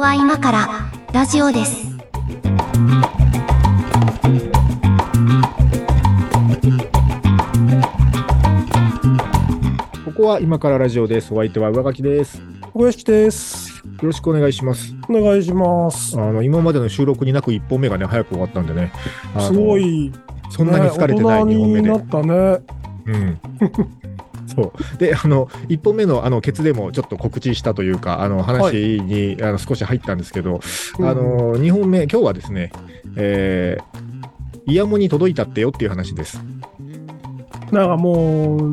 は今からラジオです。ここは今からラジオです。お相手は上書きです。よ小屋敷です。ろしくお願いします。お願いしますあ。の、今までの収録になく1本目がね、早く終わったんでね。あのすご。い、そんなに疲れてないね2本目で。大人になったうね。ん。 そう。で、あの、1本目の、あの、ケツでもちょっと告知したというか、あの、話に、あの少し入ったんですけど、あの、2本目、今日はですね、えー、イヤモに届いたってよっていう話です。なんかもう、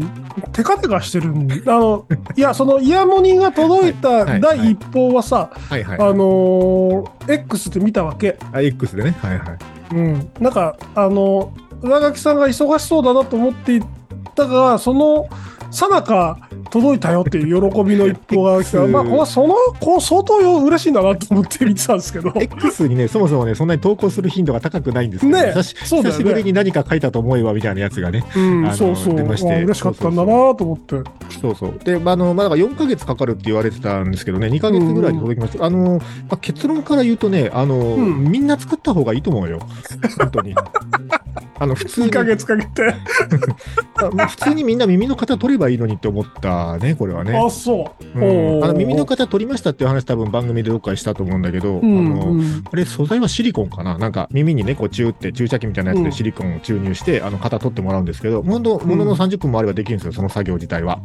テカテカしてるんあの、いや、そのイヤモニが届いいはたい第一報はさ、はいはい。あのー、X って見たわけ。あ X でね。はいはい。うん。なんか、あの、上垣さんが忙しそうだなと思っていたが、その、さなか届いたよっていう喜びの一報が 来 X て、まあ、これその、こう相当嬉しいんだなと思って見てたんですけど。 X に ね、そもそもね、そんなに投稿する頻度が高くないんですけど、ねえ久しそうだ久よねしぶりに何か書いたと思えばみたいなやつがね、うん、のそうそう、出うまして嬉しかったんだなと思って。そうそう。で、まあ、あの、まあ、だから4ヶ月かかるって言われてたんですけどね、2ヶ月ぐらいで届きました。あの、まあ、結論から言うとね、あの、うんみんな作った方がいいと思 うよ。本当に。あの、普通2にヶ、月かけて。あまあ普通にみんな耳の型取ればいいのにって思ったね、これはね。あ、そう。うんおーあの耳の型取りましたっていう話多分番組でどっかでしたと思うんだけど、うんあの、うんあれ素材はシリコンかななんか耳にね、こうチューって注射器みたいなやつうでんシリコンを注入して、あの型取ってもらうんですけど、ほんと、ものの30分もあればできるんですよ、その作業自体は。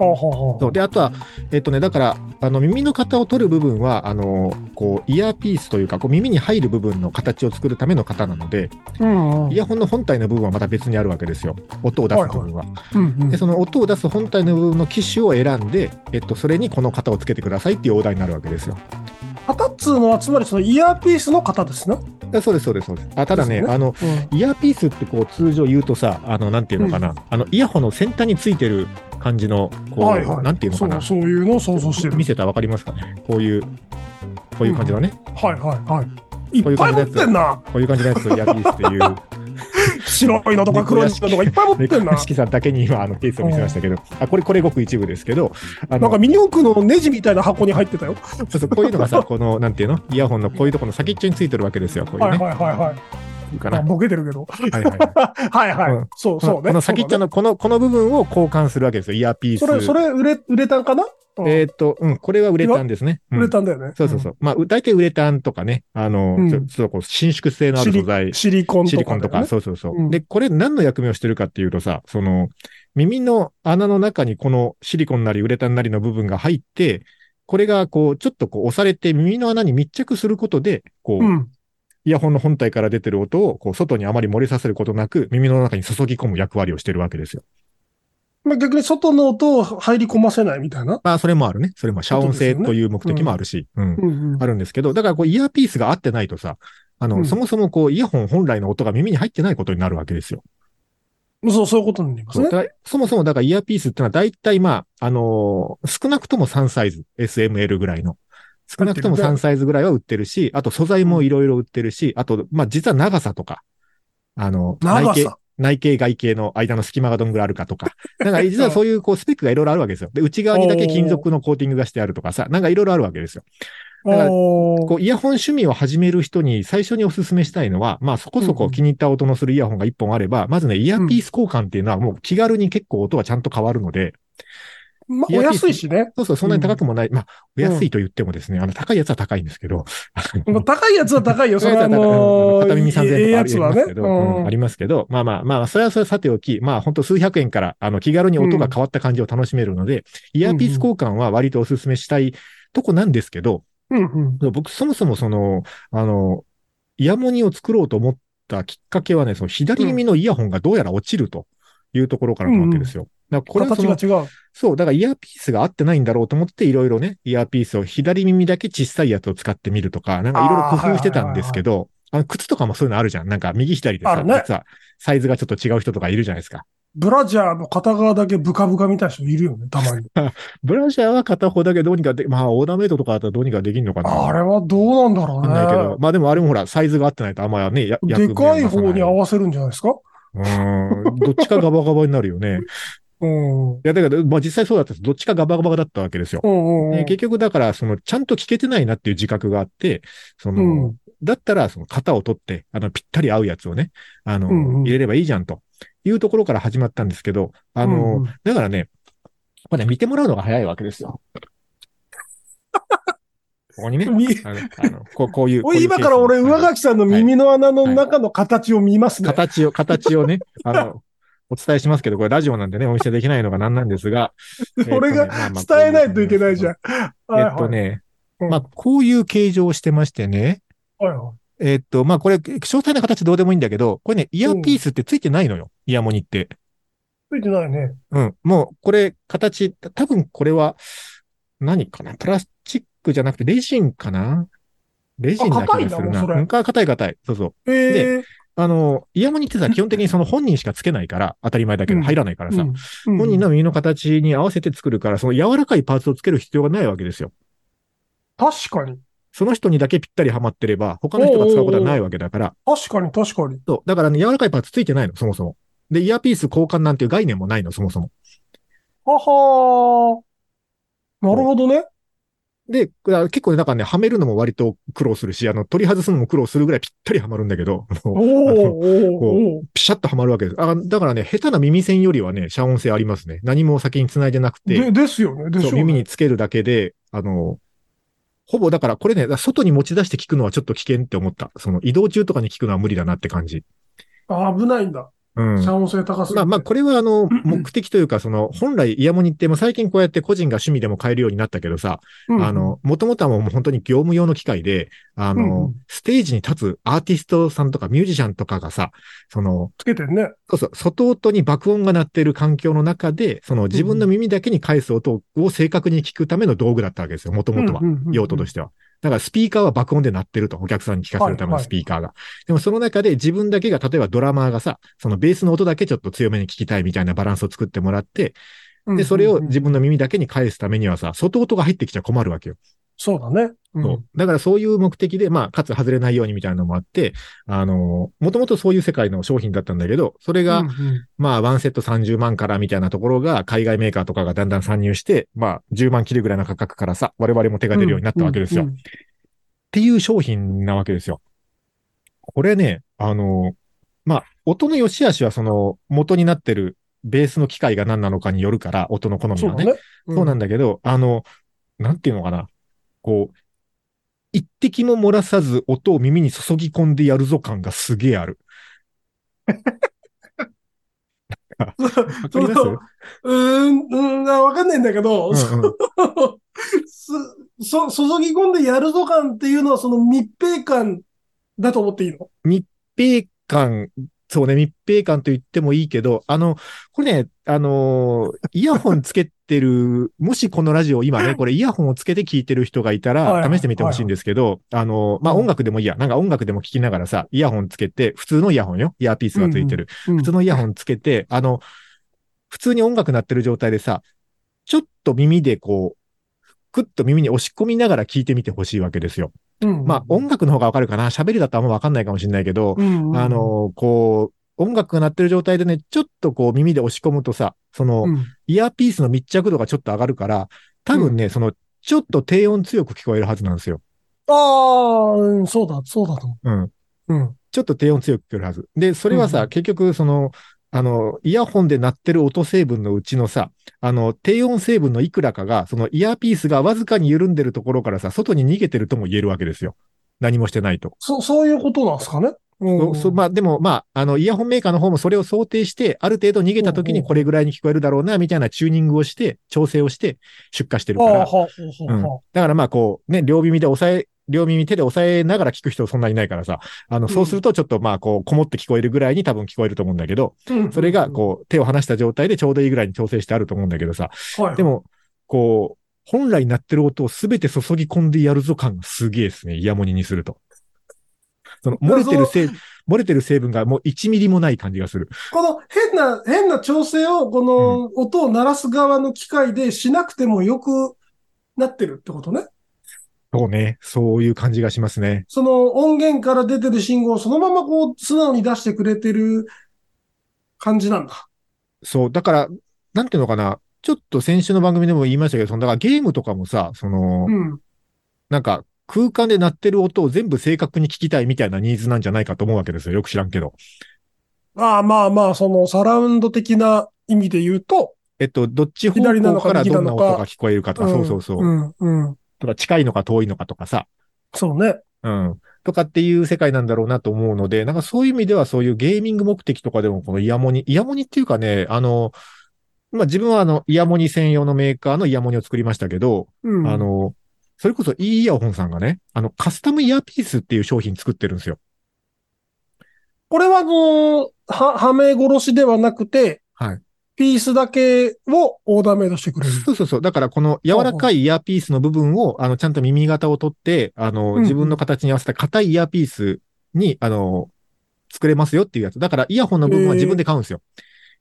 あははそうで、あとは、えっとね、だから、あの耳の型を取る部分は、あの、こう、イヤーピースというか、こう耳に入る部分の形を作るための型なので、うんうんイヤホンの本体の部分はまた別にあるわけですよ。音を出す部分は。うんうんで、その音を出す本体の部分の機種を選んで、えっと、それにこの型をつけてくださいっていうオーダーになるわけですよ。型っつうのは、つまりそのイヤーピースの型ですね。あそうです、そうです、そうです。あただね、ですねあの、うんイヤーピースってこう通常言うとさ、あの、なんていうのかな、あの、イヤホンの先端についてる感じの、こう、はいはい。なんていうのかな。そうそういうのを想像してる。見せたらわかりますかねこういう、こういう感じのね、はいはいはい。いこういっうぱい感じのやつ持ってんな。こういう感じのやつをイヤーピースって いう、白いのとか黒いのとかいっぱい持ってんな猫屋。敷さんだけに今、あの、ケースを見せましたけど、あ、これ、これごく一部ですけど、あなんかの、ミニ四駆のネジみたいな箱に入ってたよ。そうそうこういうのがさ、この、なんていうのイヤホンのこういうところの先っちょについてるわけですよ。こういうはいね。はいはいはい。いいかまなあ、。ボケてるけど。はいはいはい。はいはうんい。 そうそうね。この先っちょの、この、この部分を交換するわけですよ。イヤーピース。そうだねそれ、それ、ウレウレタンかなうんえーっと、うん、これはウレタンですね。うんウレタンだよね。そうそうそう。まあ、う大体ウレタンとかね、あの、うんちょちょっとこう伸縮性のある素材、シリコンとか、ね。シリコンとか、そうそうそう、うんで、これ何の役目をしてるかっていうとさ、その、耳の穴の中にこのシリコンなりウレタンなりの部分が入って、これがこう、ちょっとこう押されて耳の穴に密着することで、こう、うん。イヤホンの本体から出てる音を、こう、外にあまり漏れさせることなく、耳の中に注ぎ込む役割をしてるわけですよ。まあ、逆に外の音を入り込ませないみたいな。まあ、それもあるね。それも遮音性という目的もあるし、うんうんうんあるんですけど、だからこうイヤーピースが合ってないとさ、あの、うんそもそもこうイヤホン本来の音が耳に入ってないことになるわけですよ。そう、そういうことになりますねだ。からそもそもだからイヤーピースってのは大体まあ、あのー少なくとも3サイズ、SML ぐらいの。少なくとも売ってる3サイズぐらいは売ってるし、あと素材もいろいろ売ってるし、あと、まあ実は長さとか、あの、長内径さ。内径外径の間の隙間がどんぐらいあるかと か。なんか実はそういうこうスペックがいろいろあるわけですよ。で、内側にだけ金属のコーティングがしてあるとかさ、なんかいろいろあるわけですよ。だからおーこうイヤホン趣味を始める人に最初にお勧めしたいのは、まあそこそこ気に入った音のするイヤホンが1本あれば、まずね、イヤーピース交換っていうのはもう気軽に結構音はちゃんと変わるので、まあ、いおや安いしね。そうそう、そんなに高くもない。まあ、おうん安いと言ってもですね、あの、高いやつは高いんですけど、あまあ の高いやつは高いよ。それは、あうんの 片ー、耳3000円ええとかあやりつはまねす。けど、うんありますけど、まあまあまあ、それはそれはさておき、まあ本当数百円から、あの、気軽に音が変わった感じを楽しめるので、イヤーピース交換は割とお勧めしたいとこなんですけど、うんうんそう僕、そもそもその、あの、イヤモニを作ろうと思ったきっかけはね、その左耳のイヤホンがどうやら落ちるというところからなわけですよ。だからこれはその、形が違う。そう、だからイヤーピースが合ってないんだろうと思って、いろいろね、イヤーピースを左耳だけ小さいやつを使ってみるとか、なんかいろいろ工夫してたんですけど、あの靴とかもそういうのあるじゃん。なんか右左であさ、るね実はサイズがちょっと違う人とかいるじゃないですか。ブラジャーの片側だけブカブカみたいな人いるよね、たまに。ブラジャーは片方だけどうにかで、まあオーダーメイトとかだったらどうにかできるのかな。あれはどうなんだろうわかんないけど、ね。まあでもあれもほら、サイズが合ってないとあんまりね、や役目でかいをなさ方なに合わせるんじゃないですか うーん、どっちかガバガバになるよね。うん。うんや、だから、まあ実際そうだったんです。どっちかガバガバだったわけですよ。うんうでん。結局だから、その、ちゃんと聞けてないなっていう自覚があって、その、うんだったら、その型を取って、あの、ぴったり合うやつをね、あの、うんうん入れればいいじゃんというところから始まったんですけど、あの、うんうんだからね、まあね、見てもらうのが早いわけです よ。ここにね、みあの、あのこうこういう。おこういいう今からケ俺、ース上の垣さんの耳の穴の中の形を見ますね。形を、形を ね、あの、お伝えしますけど、これラジオなんでね、お見せできないのが何なんですが。 俺が伝えないといけないじゃん。えはいっとはい。ね、うんまあ、こういう形状をしてましてね、はいはえっと、まあ、これ、詳細な形どうでもいいんだけど、これね、イヤーピースってついてないのよ、イヤモニって。い。ついてないね。うん。もう、これ、形、多分これは、何かなプラスチックじゃなくて、レジンかなレジンな気がするあ硬いんだもな。んそれうんか、硬い硬い。そうそう。ええ。あの、イヤモニってさ、基本的にその本人しかつけないから、当たり前だけど、うん入らないからさ。うん本人の耳の形に合わせて作るから、その柔らかいパーツをつける必要がないわけですよ。確かに。その人にだけぴったりはまってれば、他の人が使うことはないわけだから。確かに、確かに。そう。だからね、柔らかいパーツついてないの、そもそも。で、イヤーピース交換なんていう概念もないの、そもそも。ははー。なるほどね。で、だから結構ね、だからね、はめるのも割と苦労するし、あの、取り外すのも苦労するぐらいぴったりはまるんだけど、あおのーおーおーピシャッとはまるわけです。あだからね、下手な耳栓よりはね、遮音性ありますね。何も先に繋いでなくて。で、ですよね。でしそょうう、ね耳につけるだけで、あの、ほぼだからこれね、外に持ち出して聞くのはちょっと危険って思った。その移動中とかに聞くのは無理だなって感じ。あ危ないんだ。うん。遮音性高すぎまあて。まあ、これはあの、目的というか、その、本来イヤモニって、まあ最近こうやって個人が趣味でも買えるようになったけどさ、うんあ、の、もともとはもう本当に業務用の機械で、あうんうのん、ステージに立つアーティストさんとかミュージシャンとかがさ、その、つけてんね。そうそう、外音に爆音が鳴ってる環境の中で、その自分の耳だけに返す音を正確に聞くための道具だったわけですよ、もともとは。用途とししては。だからスピーカーは爆音で鳴ってると、お客さんに聞かせるためのスピーカーが。でもその中で自分だけが、例えばドラマーがさ、そのベースの音だけちょっと強めに聞きたいみたいなバランスを作ってもらって、てで、それを自分の耳だけに返すためにはさ、外音が入ってきちゃ困るわけよ。そうだね。うんそうだからそういう目的で、まあ、かつ外れないようにみたいなのもあって、あのもともとそういう世界の商品だったんだけど、それが、うんうんまあ、ワンセット30万からみたいなところが、海外メーカーとかがだんだん参入して、まあ、10万切るぐらいの価格からさ、我々も手が出るようになったわけですよ。うんうっんていう商品なわけですよ。これね、あの、まあ、音の良し悪しはその、元になってるベースの機械が何なのかによるから、音の好みそうはだね。ね。そうなんだけど、あの、なんていうのかな。こう、一滴も漏らさず音を耳に注ぎ込んでやるぞ感がすげえある。わかります そううーん、うーん、あわかんないんだけど、そうんうんのすそ、注ぎ込んでやるぞ感っていうのは、その密閉感だと思っていいの密閉感、そうね、密閉感と言ってもいいけど、あの、これね、あのー、イヤホンつけてる、もしこのラジオ今ね、これイヤホンをつけて聞いてる人がいたはら、いは試いしてみてほしいんですけど、あのー、まあ、うん音楽でもいいや。なんか音楽でも聞きながらさ、イヤホンつけて、普通のイヤホンよ。イヤーピースがついてる。普通のイヤホンつけて、あの、普通に音楽鳴ってる状態でさ、ちょっと耳でこう、クッと耳に押し込みながら聞いてみてほしいわけですよ。うんまあ、音楽の方がわかるかな喋りだとあんまわかんないかもしれないけど、うんあ、の、こう、音楽が鳴ってる状態でね、ちょっとこう耳で押し込むとさ、その、うんイヤーピースの密着度がちょっと上がるから、多分ね、その、ちょっと低音強く聞こえるはずなんですよ。ああ、うんそうだ、そうだと思うん。う。うん。ちょっと低音強く聞こえるはず。で、それはさ、うん結局、その、あの、イヤホンで鳴ってる音成分のうちのさ、あの、低音成分のいくらかが、そのイヤーピースがわずかに緩んでるところからさ、外に逃げてるとも言えるわけですよ。何もしてないと。そ、そういうことなんですかね。うそんそまあ、でも、まあ、あの、イヤホンメーカーの方もそれを想定して、ある程度逃げた時うんにうんこれぐらいに聞こえるだろうな、みたいなチューニングをして、調整をして出荷してるあかあ、はら。あ、はあ、うんはだからまあ、こう、ね、両耳で押さえ、両耳手で押さえながら聞く人そんなにいないからさ、あの、そうするとちょっとまあ、こう、こもって聞こえるぐらいに多分聞こえると思うんだけど、あうんそれが、こう、手を離した状態でちょうどいいぐらいに調整してあると思うんだけどさ、うん、はいでも、こう、本来鳴ってる音をすべて注ぎ込んでやるぞ感がすげえですね。イヤモニにすると。その、漏れてる成、漏れてる成分がもう1ミリもない感じがする。この変な、変な調整を、この音を鳴らす側の機械でしなくてもよくなってるってことね。そうね。そういう感じがしますね。その音源から出てる信号をそのままこう素直に出してくれてる感じなんだ。そう。だから、なんていうのかな、ちょっと先週の番組でも言いましたけど、そのだからゲームとかもさ、その、うん。なんか空間で鳴ってる音を全部正確に聞きたいみたいなニーズなんじゃないかと思うわけですよ。よく知らんけど。ああ、まあまあ、そのサラウンド的な意味で言うと。えっと、どっち方左な向のかから右どなんなの音かが聞こえるかとか、そうそうそう。ん、うん。とか、近いのか遠いのかとかさ。そうね。うん。とかっていう世界なんだろうなと思うので、なんかそういう意味ではそういうゲーミング目的とかでもこのイヤモニ、イヤモニっていうかね、あの、まあ、自分はあの、イヤモニ専用のメーカーのイヤモニを作りましたけど、うん。あ、の、それこそ E イヤホンさんがね、あの、カスタムイヤーピースっていう商品作ってるんですよ。これはあのは、はめ殺しではなくて、はい。ピースだけをオーダーメイドしてくれる。そうそうそう。だからこの柔らかいイヤーピースの部分を、あの、ちゃんと耳型を取って、あうの、ん自分の形に合わせた硬いイヤーピースに、あの、作れますよっていうやつ。だからイヤホンの部分は自分で買うんですよ。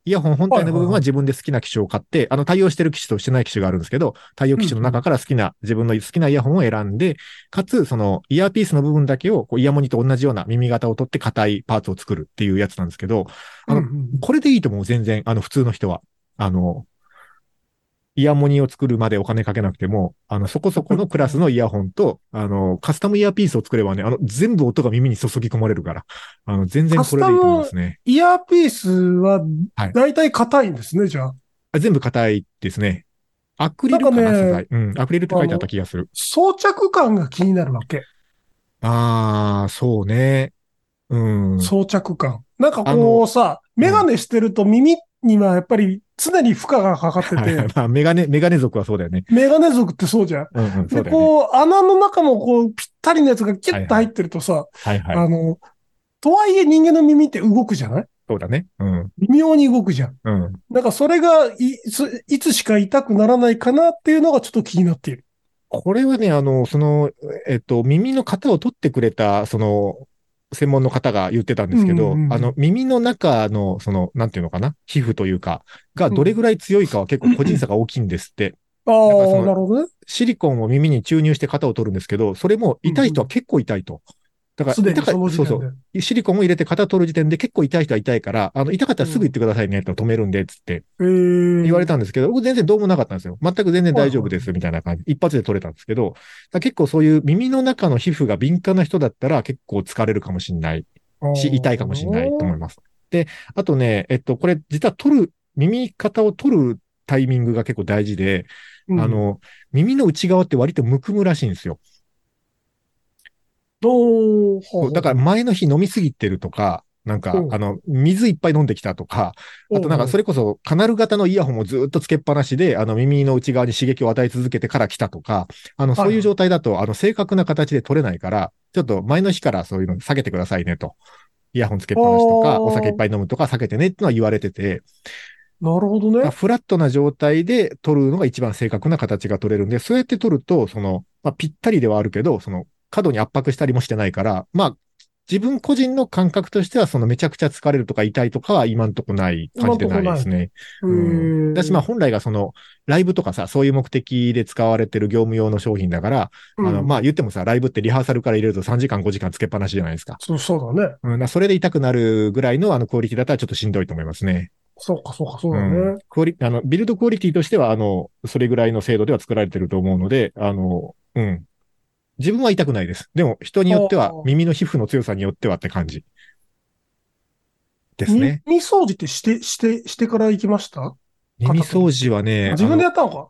イヤホン本体の部はいはい分ははい自分で好きな機種を買って、あの、対応してる機種としてない機種があるんですけど、対応機種の中から好きな、自分の好きなイヤホンを選んで、かつ、その、イヤーピースの部分だけを、こう、イヤモニと同じような耳型を取って硬いパーツを作るっていうやつなんですけど、あのうんうんこれでいいと思う、全然。あの、普通の人は。あの、イヤモニを作るまでお金かけなくても、あの、そこそこのクラスのイヤホンと、あの、カスタムイヤーピースを作ればね、あの、全部音が耳に注ぎ込まれるから、あの、全然これでいいと思いますね。イヤーピースははい、だいたい硬いんですね、じゃあ。あ全部硬いですね。アクリルかな、なんかね素材。うん、アクリルって書いてあった気がする。装着感が気になるわけ。あー、そうね。うん。装着感。なんかあこのうさ、メガネしてると耳にはやっぱり常に負荷がかかってはいはいて、まあ、メガネ、メガネ族はそうだよね。 メガネ族ってそうじゃん。うんうん、そで、うだよね。こう、穴の中のこう、ぴったりのやつがキュッと入ってるとさ、はいはい。あの、とはいえ人間の耳って動くじゃないそうだね。うん、微妙に動くじゃん。うん。なんかそれがいそいつしか痛くならないかなっていうのがちょっと気になっている。これはね、あの、その、えっと、耳の型を取ってくれた、その、専門の方が言ってたんですけど、うんうんうんあの、耳の中の、その、なんていうのかな、皮膚というか、がどれぐらい強いかは結構個人差が大きいんですって。あなあんかその、なるほどね。シリコンを耳に注入して型を取るんですけど、それも痛い人は結構痛いと。だから、すでに痛かその時そうそ点うで。。シリコンを入れて型取る時点で結構痛い人は痛いから、あの、痛かったらすぐ言ってくださいね、と止めるんで、つってえー言われたんですけど、僕全然どうもなかったんですよ。全く全然大丈夫です、みたいな感じ。一発で取れたんですけど、だから結構そういう耳の中の皮膚が敏感な人だったら結構疲れるかもしれないし、痛いかもしれないと思います。で、あとね、えっと、これ実は取る、耳型を取るタイミングが結構大事で、うんあ、の、耳の内側って割とむくむらしいんですよ。どうそうだから前の日飲みすぎてるとか、なんか、うんあの、水いっぱい飲んできたとか、あとなんかそれ、れこそカナル型のイヤホンをずっとつけっぱなしで、あの耳の内側に刺激を与え続けてから来たとか、あのはいそういう状態だと、あの正確な形で取れないから、ちょっと前の日からそういうの下げてくださいねと。イヤホンつけっぱなしとあーか、お酒いっぱい飲むとか避けてねってのは言われてて、なるほどね。フラットな状態で取るのが一番正確な形が取れるんで、そうやって取ると、その、まあ、ぴったりではあるけど、その、過度に圧迫したりもしてないから、まあ、自分個人の感覚としては、そのめちゃくちゃ疲れるとか痛いとかは今んとこない感じてないですね。うんだし、まあ本来がその、ライブとかさ、そういう目的で使われてる業務用の商品だから、ああの、まあ言ってもさ、ライブってリハーサルから入れると3時間5時間つけっぱなしじゃないですか。そうそうだね。うん、だからそれで痛くなるぐらいのあのクオリティだったらちょっとしんどいと思いますね。そうか、そうか、そううだんね。。クオリ、あの、ビルドクオリティとしては、あの、それぐらいの精度では作られてると思うので、あの、うん。自分は痛くないです。でも人によってはお、ー耳の皮膚の強さによってはって感じ。ですね。耳掃除ってして、して、してから行きました耳掃除はね、自分でやったのか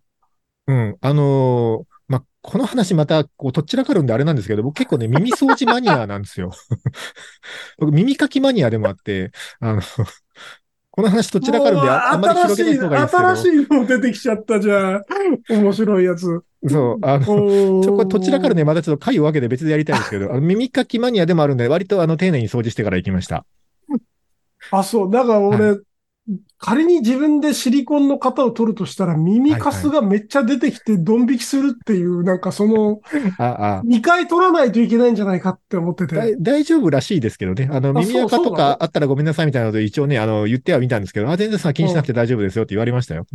うん。あのーまあ、この話また、こう、とっちらかるんであれなんですけど、僕結構ね、耳掃除マニアなんですよ。 僕、耳かきマニアでもあって、あの、この話とっちらかるんで、ああんまり広げない方がいいんですけど。新しい、新しいの出てきちゃったじゃん。面白 いやつ。そう、あの、ちょ、ここれとっちらかるね、またちょっと回を分けて別でやりたいんですけど、あの耳かきマニアでもあるんで、割とあの、丁寧に掃除してから行きました。あ、そう。だから俺、仮に自分でシリコンの型を取るとしたら、耳かすがめっちゃ出てきて、ドン引きするっていう、なんかその、ああ。 2回取らないといけないんじゃないかって思ってて。だい大丈夫らしいですけどね。あの、そう耳垢そとうなのかあったらごめんなさいみたいなこと一応ね、あの、言ってはみたんですけど、あ、全然さ、気にしなくて大丈夫ですよって言われましたよ。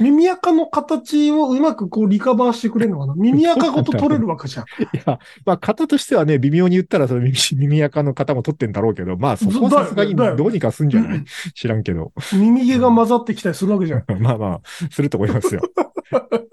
耳垢の形をうまくこうリカバーしてくれるのかな耳垢ごと取れるわ けじゃん。いや、まあ、型としてはね、微妙に言ったら、その耳、耳垢の型も取ってんだろうけど、まあ、そこはさすがにだよねだよねどうにかすんじゃない知らんけど。 耳ゲが混ざってきたりするわけじゃん。まあまあ、すると思いますよ。はい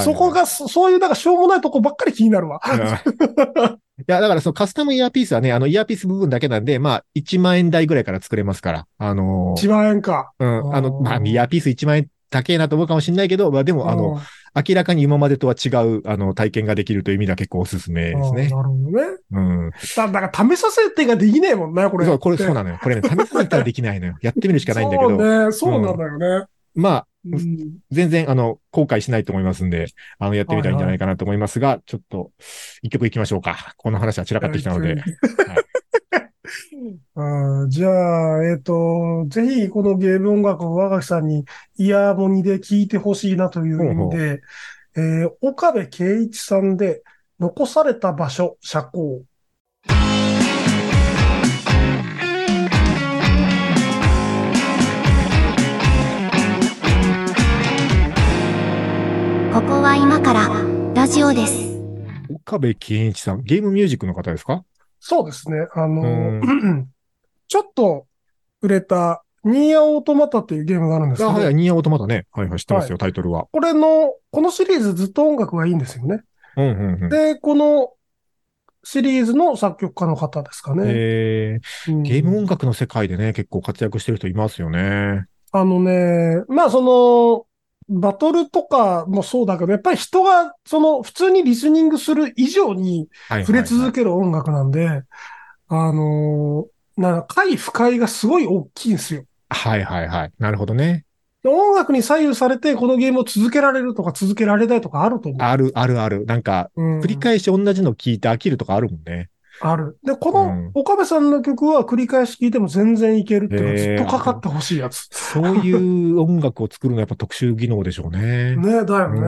そこが、そそういうなんかしょうもないとこばっかり気になるわ。いや、だからそのカスタムイヤーピースはね、あの、イヤーピース部分だけなんで、まあ、1万円台ぐらいから作れますから。あのー1万円か。うん、あの、あーまあ、イヤーピース1万円高えなと思うかもしれないけど、まあ、でも、あの、うん、明らかに今までとは違う、あの、体験ができるという意味では結構おすすめですねあ。ーなるほどね。うん。だだから試させてができねえもんね、これ。そう、これ、そうだなのよ。これね、試させたらできないのよ。 やってみるしかないんだけど、そうね、そうなんだよね。まあ、うん全然、あの、後悔しないと思いますんで、あの、やってみたらいいんじゃないかなと思いますが、ちょっと、一曲いきましょうか。この話は散らかってきたので。 あーじゃあ、えっ、と、ぜひこのゲーム音楽を若木さんにイヤーモニで聴いてほしいなという意味で、えー岡部圭一さんで、残された場所、社交。ここは今からラジオです。岡部健一さん、ゲームミュージックの方ですかそうですね。あうの、ん。 ちょっと売れた、ニーヤオートマタっていうゲームがあるんですあ、けはどい、、ニーヤオートマタね。はいはい、知ってますよ、タイトルは。これの、このシリーズずっと音楽がいいんですよね。うんうんうん。で、このシリーズの作曲家の方ですかね。えうー、んゲーム音楽の世界でね、結構活躍してる人いますよね。あのね、まあその、バトルとかもそうだけど、やっぱり人が、その、普通にリスニングする以上にはいはいはい触れ続ける音楽なんで、あのー、なんか、快不快がすごい大きいんですよ。はいはいはい。なるほどね。で音楽に左右されて、このゲームを続けられるとか続けられないとかあると思う。あるあるある。なんか、うん繰り返し同じの聞いて飽きるとかあるもんね。ある。で、こうんの、岡部さんの曲は繰り返し聴いても全然いけるっていうか、ずへーっとかかってほしいや つ。そういう音楽を作るのはやっぱ特殊技能でしょうね。ね、だよね。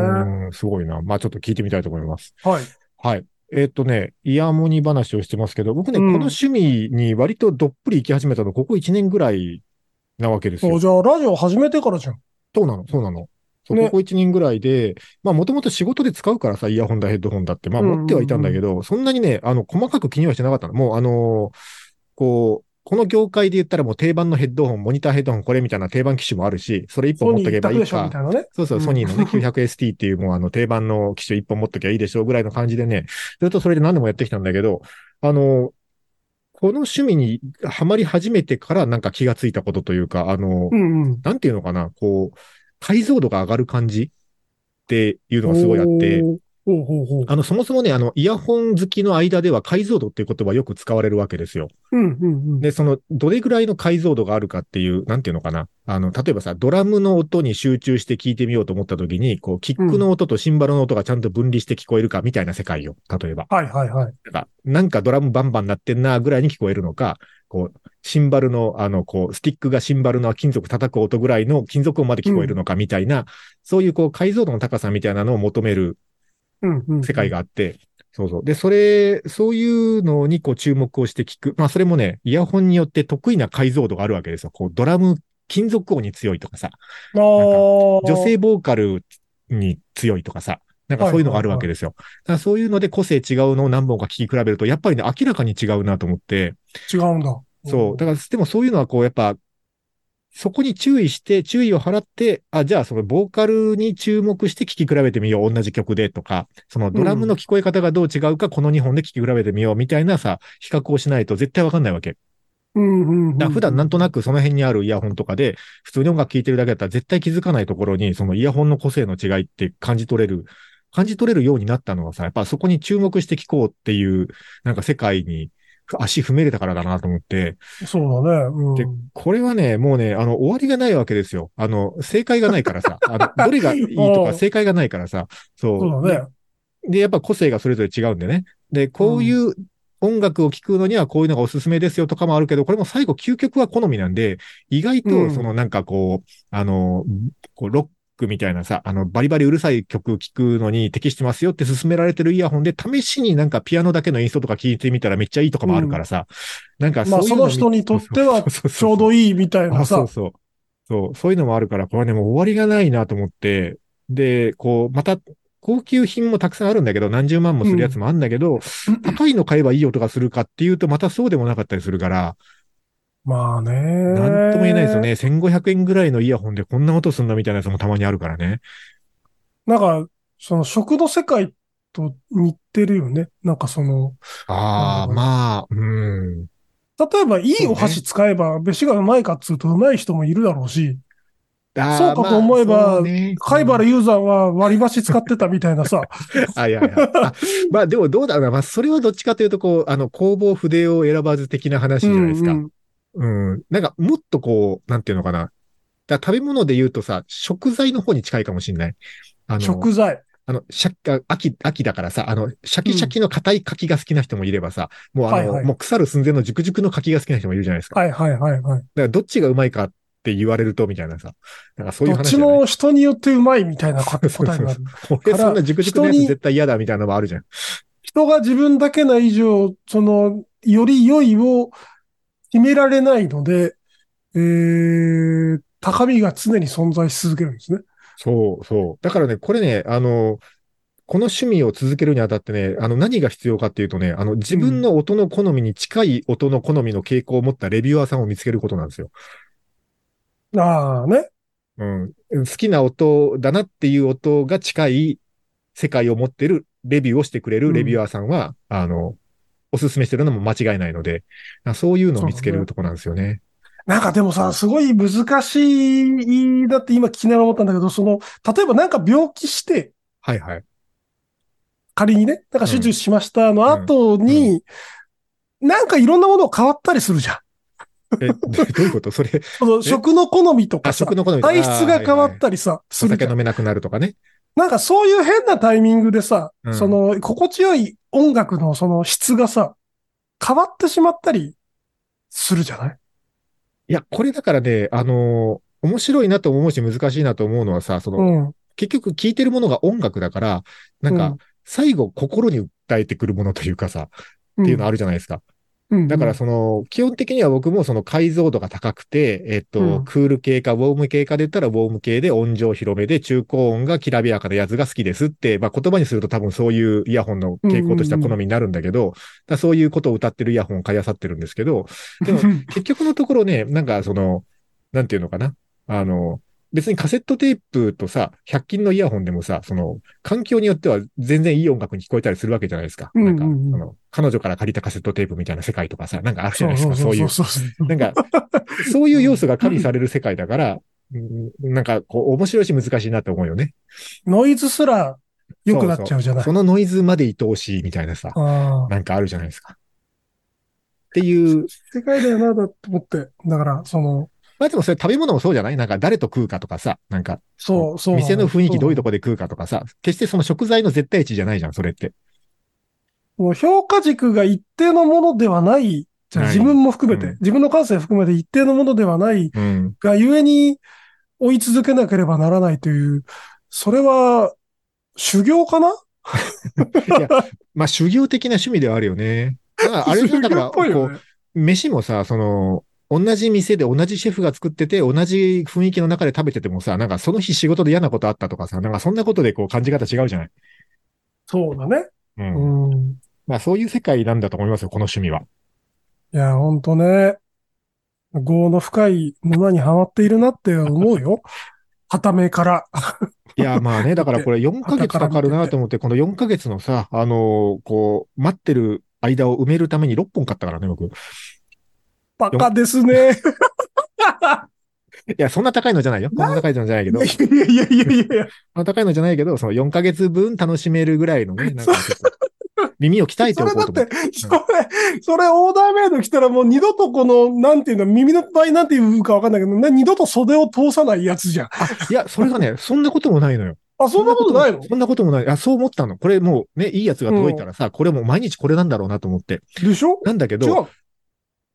うん、すごいな。まあちょっと聞いてみたいと思います。はい。はい。えっ、とね、イヤモニ話をしてますけど、僕ね、うこんの趣味に割とどっぷり行き始めたの、ここ1年ぐらいなわけですそう、よ。じゃあ、ラジオ始めてからじゃん。そうなの、そうなの。そうねここ1年ぐらいで、まあもともと仕事で使うからさ、イヤホンだヘッドホンだって、まあうんうんうん持ってはいたんだけど、そんなにね、あの、細かく気にはしてなかったの。もうあのーこう、この業界で言ったらもう定番のヘッドホン、モニターヘッドホンこれみたいな定番機種もあるし、それ1本ソ持っニとーけ一ばい択いでしょ、みかた。いなね。そうそう、うんソニー のね、900ST っていうもうあの定番の機種一本持っときゃいいでしょうぐらいの感じでね、ずっとそれで何でもやってきたんだけど、あの、この趣味にハマり始めてからなんか気がついたことというか、あのう、んうん。なんていうのかな、こう、解像度が上がる感じっていうのがすごいあって、おー。ほうほうほう。あの、そもそもね、あの、イヤホン好きの間では解像度っていう言葉よく使われるわけですよ。うんうんうん。で、その、どれぐらいの解像度があるかっていう、なんていうのかな。あの、例えばさ、ドラムの音に集中して聞いてみようと思った時に、こう、キックの音とシンバルの音がちゃんと分離して聞こえるか、みたいな世界よ。例えば。はいはいはい。なんか、なんかドラムバンバン鳴ってんな、ぐらいに聞こえるのか、こう、シンバルの、あの、こう、スティックがシンバルの金属叩く音ぐらいの金属音まで聞こえるのか、みたいな、そういう、こう、解像度の高さみたいなのを求めるうんうん。世界が。があって、そうそう。で、それ、そういうのにこう注目をして聞く。まあ、それもね、イヤホンによって得意な解像度があるわけですよ。こう、ドラム、金属音に強いとかさ、ああ。女性ボーカルに強いとかさ、なんかそういうのがあるわけですよ。だからそういうので個性違うのを何本か聞き比べると、やっぱりね、明らかに違うなと思って、違うんだ。そう。だから、でもそういうのはこう、やっぱ、そこに注意して、注意を払って、あ、じゃあそのボーカルに注目して聴き比べてみよう。同じ曲でとか、そのドラムの聞こえ方がどう違うか、この2本で聴き比べてみよう。みたいなさ、比較をしないと絶対わかんないわけ。うんうんうだん。から普段なんとななくその辺にあるイヤホンとかで、普通に音楽聴いてるだけだったら絶対気づかないところに、そのイヤホンの個性の違いって感じ取れる、感じ取れるようになったのはさ、やっぱそこに注目して聴こうっていう、なんか世界に足踏めれたからだなと思って、く。そうだね。うん。でこれはね、もうね、あの、終わりがないわけですよ。あの、正解がないからさ。あの、どれがいい とあかー正解がないからさ。そう。そうだね。で、やっぱ個性がそれぞれ違うんでね。で、こういう音楽を聴くのにはこういうのがおすすめですよとかもあるけど、これも最後究極は好みなんで、意外うとんそのなんかこう、あの、こうロックみたいなさ、あの、バリバリうるさい曲聴くのに適してますよって勧められてるイヤホンで、試しになんかピアノだけの演奏とか聴いてみたらめっちゃいいとかもあるからさ。なんかそうまあいうその 人にとってはちちょうどいいみたいなあ、そさう。そう。そう、そういうのもあるから、これはね、もう終わりがないなと思って、で、こう、また、高級品もたくさんあるんだけど、何十万もするやつもあるんだけど、高いの買えばいい音がするかっていうと、またそうでもなかったりするから、まあね。なんとも言えないですよね。ね。1500円ぐらいのイヤホンでこんな音すんなみたいなやつもたまにあるからね。なんか、その食の世界と似てるよね。なんかその、あうあ、んまあ、うん。例えばいいおそう箸ね使えば飯がうまいかっつうとうまい人もいるだろうし、あーそうかと思えばまあそうね貝原雄山は割り箸使ってたみたいなさ、 あ、いやいや。あまあでもどうだろうな。まあそれはどっちかというと、こう、あの、工房筆を選ばず的な話じゃないですか。ううんん、なんかもっとこう、なんていうのかな。だから食べ物で言うとさ、食材の方に近いかもしれない。あうんの、食材。あの、シャキあ秋、秋だからさ、あの、シャキシャキの硬い柿が好きな人もいればさ、もうあの、はいはいもう腐る寸前の熟々の柿が好きな人もいるじゃないですか。はいはいはいはだい。からどっちがうまいかって言われると、みたいなさ。なんかそういうどっ話ちじゃないも人によってうまいみたいな答そうそうそうえになる。 俺そんな熟々のや人つに絶対嫌だみたいなのもあるじゃん。人が自分だけな以上、その、より良いを決められないので、えー、高みが常に存在し続けるんですね。そうそう。だからね、これね、あの、この趣味を続けるにあたってね、あの、何が必要かっていうとね、あの、自分の音の好みに近い音の好みの傾向を持ったレビュアーさんを見つけることなんですよ。ああね。うん。好きな音だなっていう音が近い世界を持ってるレビューをしてくれうるんレビュアーさんは、あの、おすすめしてるのも間違いないので、あそういうのを見つけそるうだねとこなんですよね。なんかでもさ、すごい難しい、だって今聞きながら思ったんだけど、その、例えばなんか病気して、はいはい。仮にね、なんか手術しましたの後に、なんかいろんなもの変わったりするじゃん。え、どういうことそ れ、その食の好みとかあ、さ食、の好み体質が変わっりたりさ、すおるじ酒ゃん飲めなくなるとかね。なんかそういう変なタイミングでさ、うんその、心地よい音楽のその質がさ、変わってしまったりするじゃないいや、これだからね、あのー面白いなと思うし難しいなと思うのはさ、その、うん。結局聴いてるものが音楽だから、なんうかん、最後心に訴えてくるものというかさ、っていうのあるじゃないですか。うんだから、その、基本的には僕もその解像度が高くて、えっと、うんクール系かウォーム系かで言ったらウォーム系で音情広めで中高音がきらびやかなやつが好きですって、まあ言葉にすると多分そういうイヤホンの傾向としては好みになるんだけど、だからそういうことを歌ってるイヤホンを買い漁ってるんですけど、でもうん結局のところね、なんかその、なんていうのかな。あの、別にカセットテープとさ、100均のイヤホンでもさ、その、環境によっては全然いい音楽に聞こえたりするわけじゃないですか。うんなんか、あうんうんの、彼女から借りたカセットテープみたいな世界とかさ、なんかあるじゃそないうですそうか、そそうういそうう。そう。なんか、 そういう要素が加味される世界だから、うんなんか、こう、面白いし難しいなと思うよね。ノイズすら良くなっちゃうじゃないそのノイズまで愛おしいみたいなさ、ああ。なんかあるじゃないですか。っていう、世界だよな、だと思って。だから、その、まあでもそれ食べ物もそうじゃないなんか誰と食うかとかさ、なんか、そう、そう。店の雰囲気どういうとここで食うかとかさ、決してその食材の絶対値じゃないじゃん、それって。もう評価軸が一定のものではない。じゃなあい自分も含めうてん、自分の感性含めて一定のものではないうん。がゆえに追い続けなければならないという、それは修行かないや、まあ修行的な趣味ではあるよね。だからあ れだから、修行っぽいよこね。う、飯もさ、その、同じ店で同じシェフが作ってて、同じ雰囲気の中で食べててもさ、なんかその日仕事で嫌なことあったとかさ、なんかそんなことでこう感じ方違うじゃない。そうだね。う。うんん。まあそういう世界なんだと思いますよ、この趣味は。いや、ほんとね。業の深い沼にはまっているなって思 うよ。はためから。いや、まあ ね、だからこれ4ヶ月かかるなと思って、この4ヶ月のさ、あのーこう、待ってる間を埋めるために6本買ったからね、僕。いバカですね。や、そんな高いのじゃないよ。そんな高いのじゃないけいど、やそん いやいやいやいや。な高いのじゃないけど、その4ヶ月分楽しめるぐらいのね、なんかちょっと、耳を鍛えてそおれこだうとっ思ってて。、それ、それオーダーメイド来たらもう二度とこの、なんていうの、耳の場合なんていうかわかんないけど、な二度と袖を通さないやつじゃん。いや、それがね、そんなこともないのよ。あ、そんなことないのそんなこともない。あ、そう思ったの。これもうね、いいやつが届いたらさ、これもう毎日これなんだろうなと思って。でしょなんだけ違ど、う。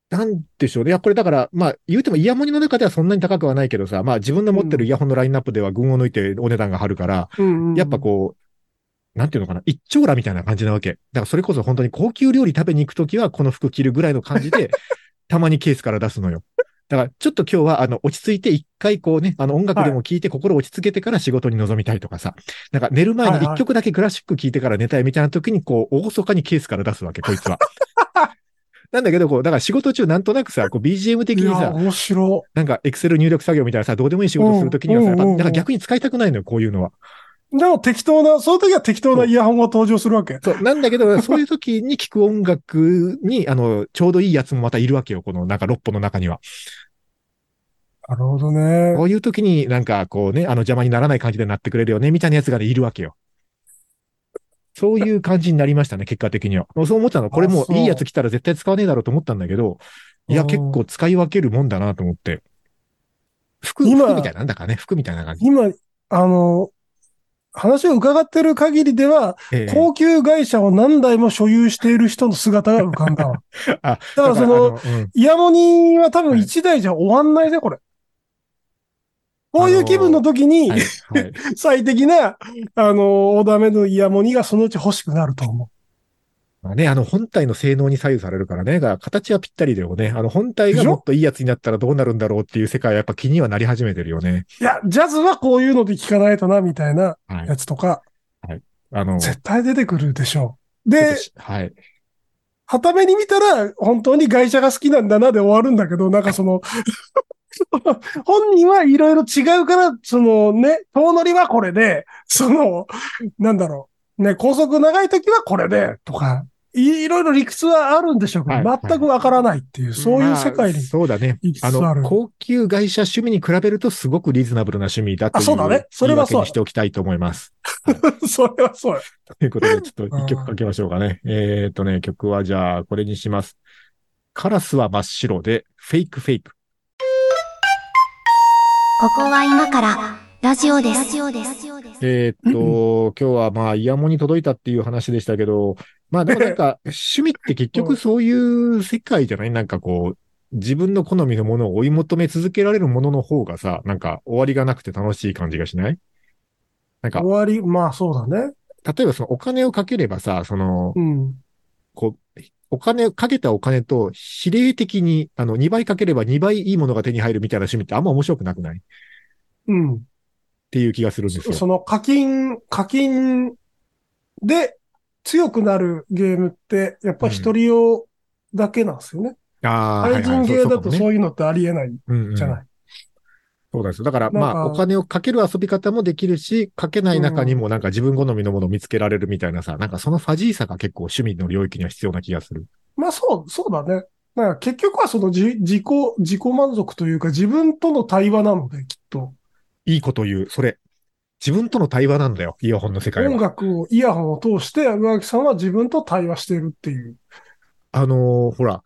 なんでしょうね。いや、これだから、まあ、言うてもイヤモニの中ではそんなに高くはないけどさ、まあ自分の持ってるイヤホンのラインナップでは群を抜いてお値段が張るから、うんうんやっぱこう、なんていうのかな、一丁羅みたいな感じなわけ。だからそれこそ本当に高級料理食べに行くときはこの服着るぐらいの感じ で、たまにケースから出すのよ。だからちょっと今日はあの落ち着いて一回こうね、あの音楽でも聴いて心落ち着けてから仕事に臨みたいとかさ、なんか寝る前に一 曲だけクラシック聴いてから寝たいみたいな時にこう、おごそかにケースから出すわけ、こいつは。なんだけど、こう、だから仕事中なんとなくさ、こう BGM 的いにや、さ、面白。なんか Excel 入力作業みたいなさ、どうでもいい仕事するときにはさ、やうんっぱ、うんうんだから逆に使いたくないのよ、こういうのは。でも適当な、その時は適当なイヤホンが登場するわけ。そう、なんだけ ど、そういう時に聞く音楽に、あの、ちょうどいいやつもまたいるわけよ、このなんか6本の中には。なるほどねこ。ういう時になんかこうね、あの邪魔にならない感じでなってくれるよね、みたいなやつがね、いるわけよ。そういう感じになりましたね、結果的には。そう思ったの。これもあそういいやつ来たら絶対使わねえだろうと思ったんだけど、いや、うん結構使い分けるもんだなと思って。服、今服みたいな、なんだかね、服みたいな感じ。今、あの、話を伺ってる限りでは、ええ高級会社を何台も所有している人の姿が浮かんだわ。 あ、だからその、だからあのうんイヤモニは多分はい1台じゃ終わんないぜ、これ。こういう気分の時にはい、はい最適な、あの、オーダーメイドのイヤモニがそのうち欲しくなると思まあね、あの本体の性能に左右されるからね、が形はぴったりだよね。あの本体がもっといいやつになったらどうなるんだろうっていう世界はやっぱ気にはなり始めてるよね。う。いや、ジャズはこういうので聞かないとな、みたいなはいや。つとか、あの、絶対出てくるでしょう。ちょっでと、しはい。は目に見たら、本当に外車が好きなんだなで終わるんだけど、なんかその、 本人はいろいろ違うから、そのね、遠乗りはこれで、その、なんだろう、ね、高速長い時はこれで、とか、いいろいろ理屈はあるんでしょうけど、はい全くわからないっていう、そういう世界にまあ。そうだね行き。つつああるの、高級外車趣味に比べるとすごくリーズナブルな趣味だというあそうだねそれは言い訳そうにしておきたいと思います。それは そうよ。ということで、ちょっと一曲かけましょうかね。えーっとね、曲はじゃあこれにします。カラスは真っ白で、フェイクフェイク。ここは今からラジオです。ラジオです。えーっと、 今日はまあ、イヤモに届いたっていう話でしたけど、まあ、でもなん か、趣味って結局そういう世界じゃないなんかこう、自分の好みのものを追い求め続けられるものの方がさ、なんか終わりがなくて楽しい感じがしないなんか終、わり、まあそうだね。例えばそのお金をかければさ、その、うん。こう、お金、かけたお金と比例的に、あの、2倍かければ2倍いいものが手に入るみたいな趣味ってあんま面白くなくないっうん。ていう気がするんですそよ。その課金、課金で強くなるゲームって、やっぱり一人用だけなんですよね。あー対人ゲーだとうそういうのってありえないじゃない。そうなんですよ。だから、なんかまあ、お金をかける遊び方もできるし、かけない中にもなんか自分好みのものを見つけられるみたいなさ、なんかそのファジーさが結構趣味の領域には必要な気がする。まあそう、そうだね。なんか結局はそのじ自己、自己満足というか自分との対話なので、きっと。いいこと言う。それ。自分との対話なんだよ。イヤホンの世界音は。楽を、イヤホンを通して、上脇さんは自分と対話しているっていう。あのーほら、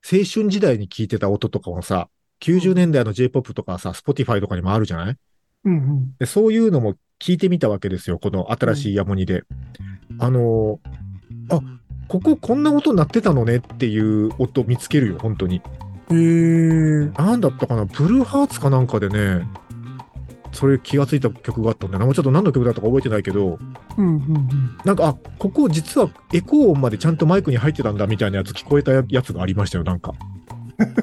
青春時代に聴いてた音とかもさ、90年代の J-POP とかさ、Spotify とかにもあるじゃないうんうん。でそういうのも聞いてみたわけですよ。この新しいイヤモニで。あのーあ、こここんな音鳴ってたのねっていう音見つけるよ、本当に。へーなんだったかな、ブルーハーツかなんかでね、それ気がついた曲があったんだよな。もうちょっと何の曲だったか覚えてないけど、うんうんうん。なんか、あ、ここ実はエコー音までちゃんとマイクに入ってたんだみたいなやつ聞こえたやつがありましたよ、なんか。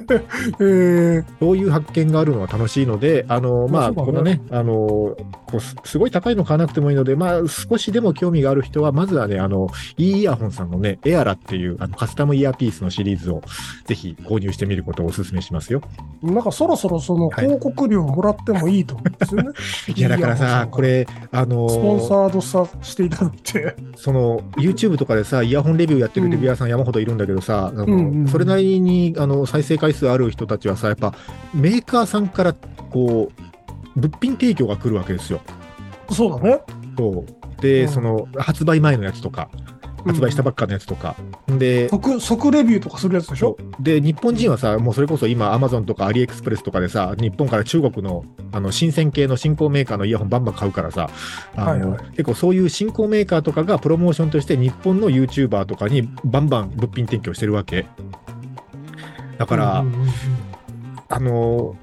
えー、そういう発見があるのは楽しいので、あの、まあ、そうだねこのね、あの、こうすすごい高いの買わなくてもいいので、まあ、少しでも興味がある人は、まずはね、あの、いいイヤホンさんのね、エアラっていうあのカスタムイヤーピースのシリーズを、ぜひ購入してみることをお勧めしますよ。なんかそろそろそのはい広告料もらってもいいと思うんですよね。 いや、だからさ、これ、あのスポンサードさしていただいて。その YouTube とかでさイヤホンレビューやってるレビュアーさん山ほどいるんだけどさ、あのうんうんそれなりにあの再生回数ある人たちはさやっぱメーカーさんからこう物品提供が来るわけですよ。そうだね。そうで、うんその発売前のやつとか 発売したばっかのやつとか、で即、即レビューとかするやつでしょそうで日本人はさもうそれこそ今アマゾンとかアリエクスプレスとかでさ日本から中国のあの新鮮系の新興メーカーのイヤホンバンバン買うからさあの、はいは結構そういう新興メーカーとかがプロモーションとして日本の YouTuber とかにバンバン物品提供してるわけだから、うんうんうんあの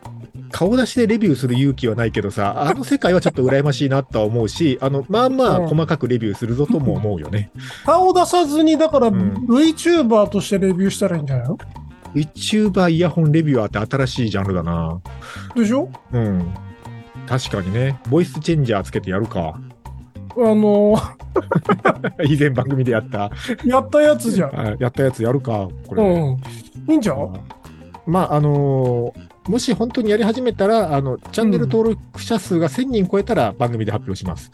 顔出しでレビューする勇気はないけどさあの世界はちょっと羨ましいなとは思うしあのまあまあ細かくレビューするぞとも思うよね。顔出さずに、だから、うん VTuber としてレビューしたらいいんじゃないの VTuber イヤホンレビュアーって新しいジャンルだな。でしょうん。確かにね。ボイスチェンジャーつけてやるか。 あの、 以前番組でやった、やったやつじゃん。あやったやつやるか、これ。うん。いいんじゃあんーまあ、あのーもし本当にやり始めたら、あの、チャンネル登録者数が1000人超えたら番組で発表し ます。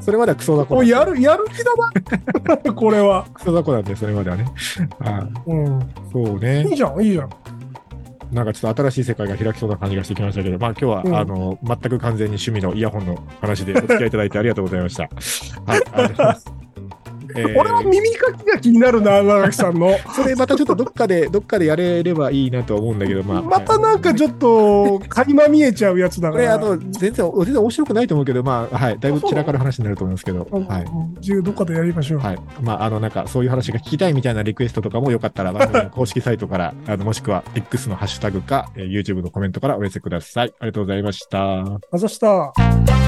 それまではクソだこおなんでやる、やる気だな。 これは。クソだこなんで、それまではね。あうん。ーそういいね。じゃん、いいじゃん。なんかちょっと新しい世界が開きそうな感じがしてきましたけど、まあ今日は、うんあの、全く完全に趣味のイヤホンの話でお付き合いいただいてありがとうござい ました。はい、ありがとうございます。えー俺は耳かきが気になるな、長木さんの。それまたちょっとどっか で、どっかでやれればいいなとは思うんだけど、まあ。またなんかちょっと、垣間見えちゃうやつだこかれ、あら。の、全然、全然面白くないと思うけど、まあ、はい、だいぶ散らかる話になると思うんですけど、うんはい。自由どっかでやりましょう。はい。まあ、あの、なんか、そういう話が聞きたいみたいなリクエストとかもよかったら、番組の公式サイトから、あの、もしくは、X のハッシュタグか、えー YouTube のコメントからお寄せください。ありがとうございました。あざした。 「